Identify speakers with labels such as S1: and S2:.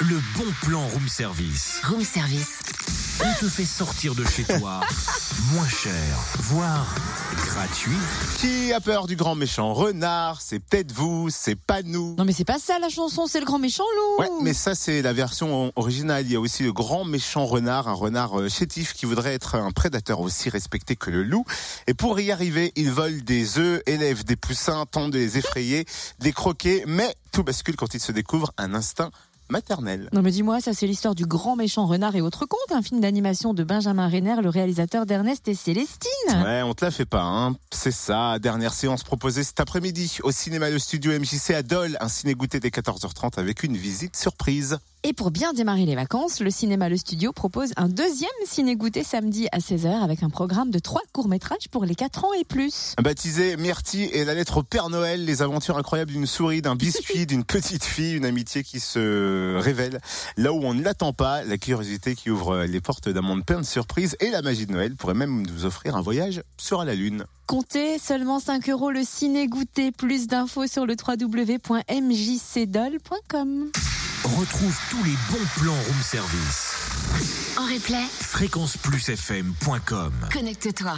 S1: Le bon plan room service.
S2: Room service.
S1: On te fait sortir de chez toi moins cher, voire gratuit.
S3: Qui a peur du grand méchant renard C'est peut-être vous, c'est pas nous.
S2: Non mais c'est pas ça la chanson, c'est le grand méchant loup.
S3: Ouais, mais ça c'est la version originale. Il y a aussi le grand méchant renard, un renard euh, chétif qui voudrait être un prédateur aussi respecté que le loup. Et pour y arriver, il vole des œufs, élève des poussins, tente de les effrayer, de les croquer, mais tout bascule quand il se découvre un instinct maternel.
S2: Non mais dis-moi, ça c'est l'histoire du grand méchant renard et autres contes, un film d'animation de Benjamin Renner, le réalisateur d'Ernest et Célestine.
S3: Ouais, on te la fait pas, hein. C'est ça, dernière séance proposée cet après-midi au cinéma Le Studio MJC à Dole, un ciné-goûter dès 14h30 avec une visite surprise.
S2: Et pour bien démarrer les vacances, le cinéma Le Studio propose un deuxième ciné-goûter samedi à 16h avec un programme de trois courts-métrages pour les 4 ans et plus.
S3: Baptisé Myrtille et la lettre au Père Noël, les aventures incroyables d'une souris, d'un biscuit, d'une petite fille, une amitié qui se révèle là où on ne l'attend pas, la curiosité qui ouvre les portes d'un monde plein de surprises et la magie de Noël pourrait même nous offrir un voyage sur la Lune.
S2: Comptez seulement 5 euros le ciné-goûter. Plus d'infos sur le www.mjcdol.com.
S1: Retrouve tous les bons plans room service.
S4: En replay,
S1: Fréquenceplusfm.com
S4: connecte-toi.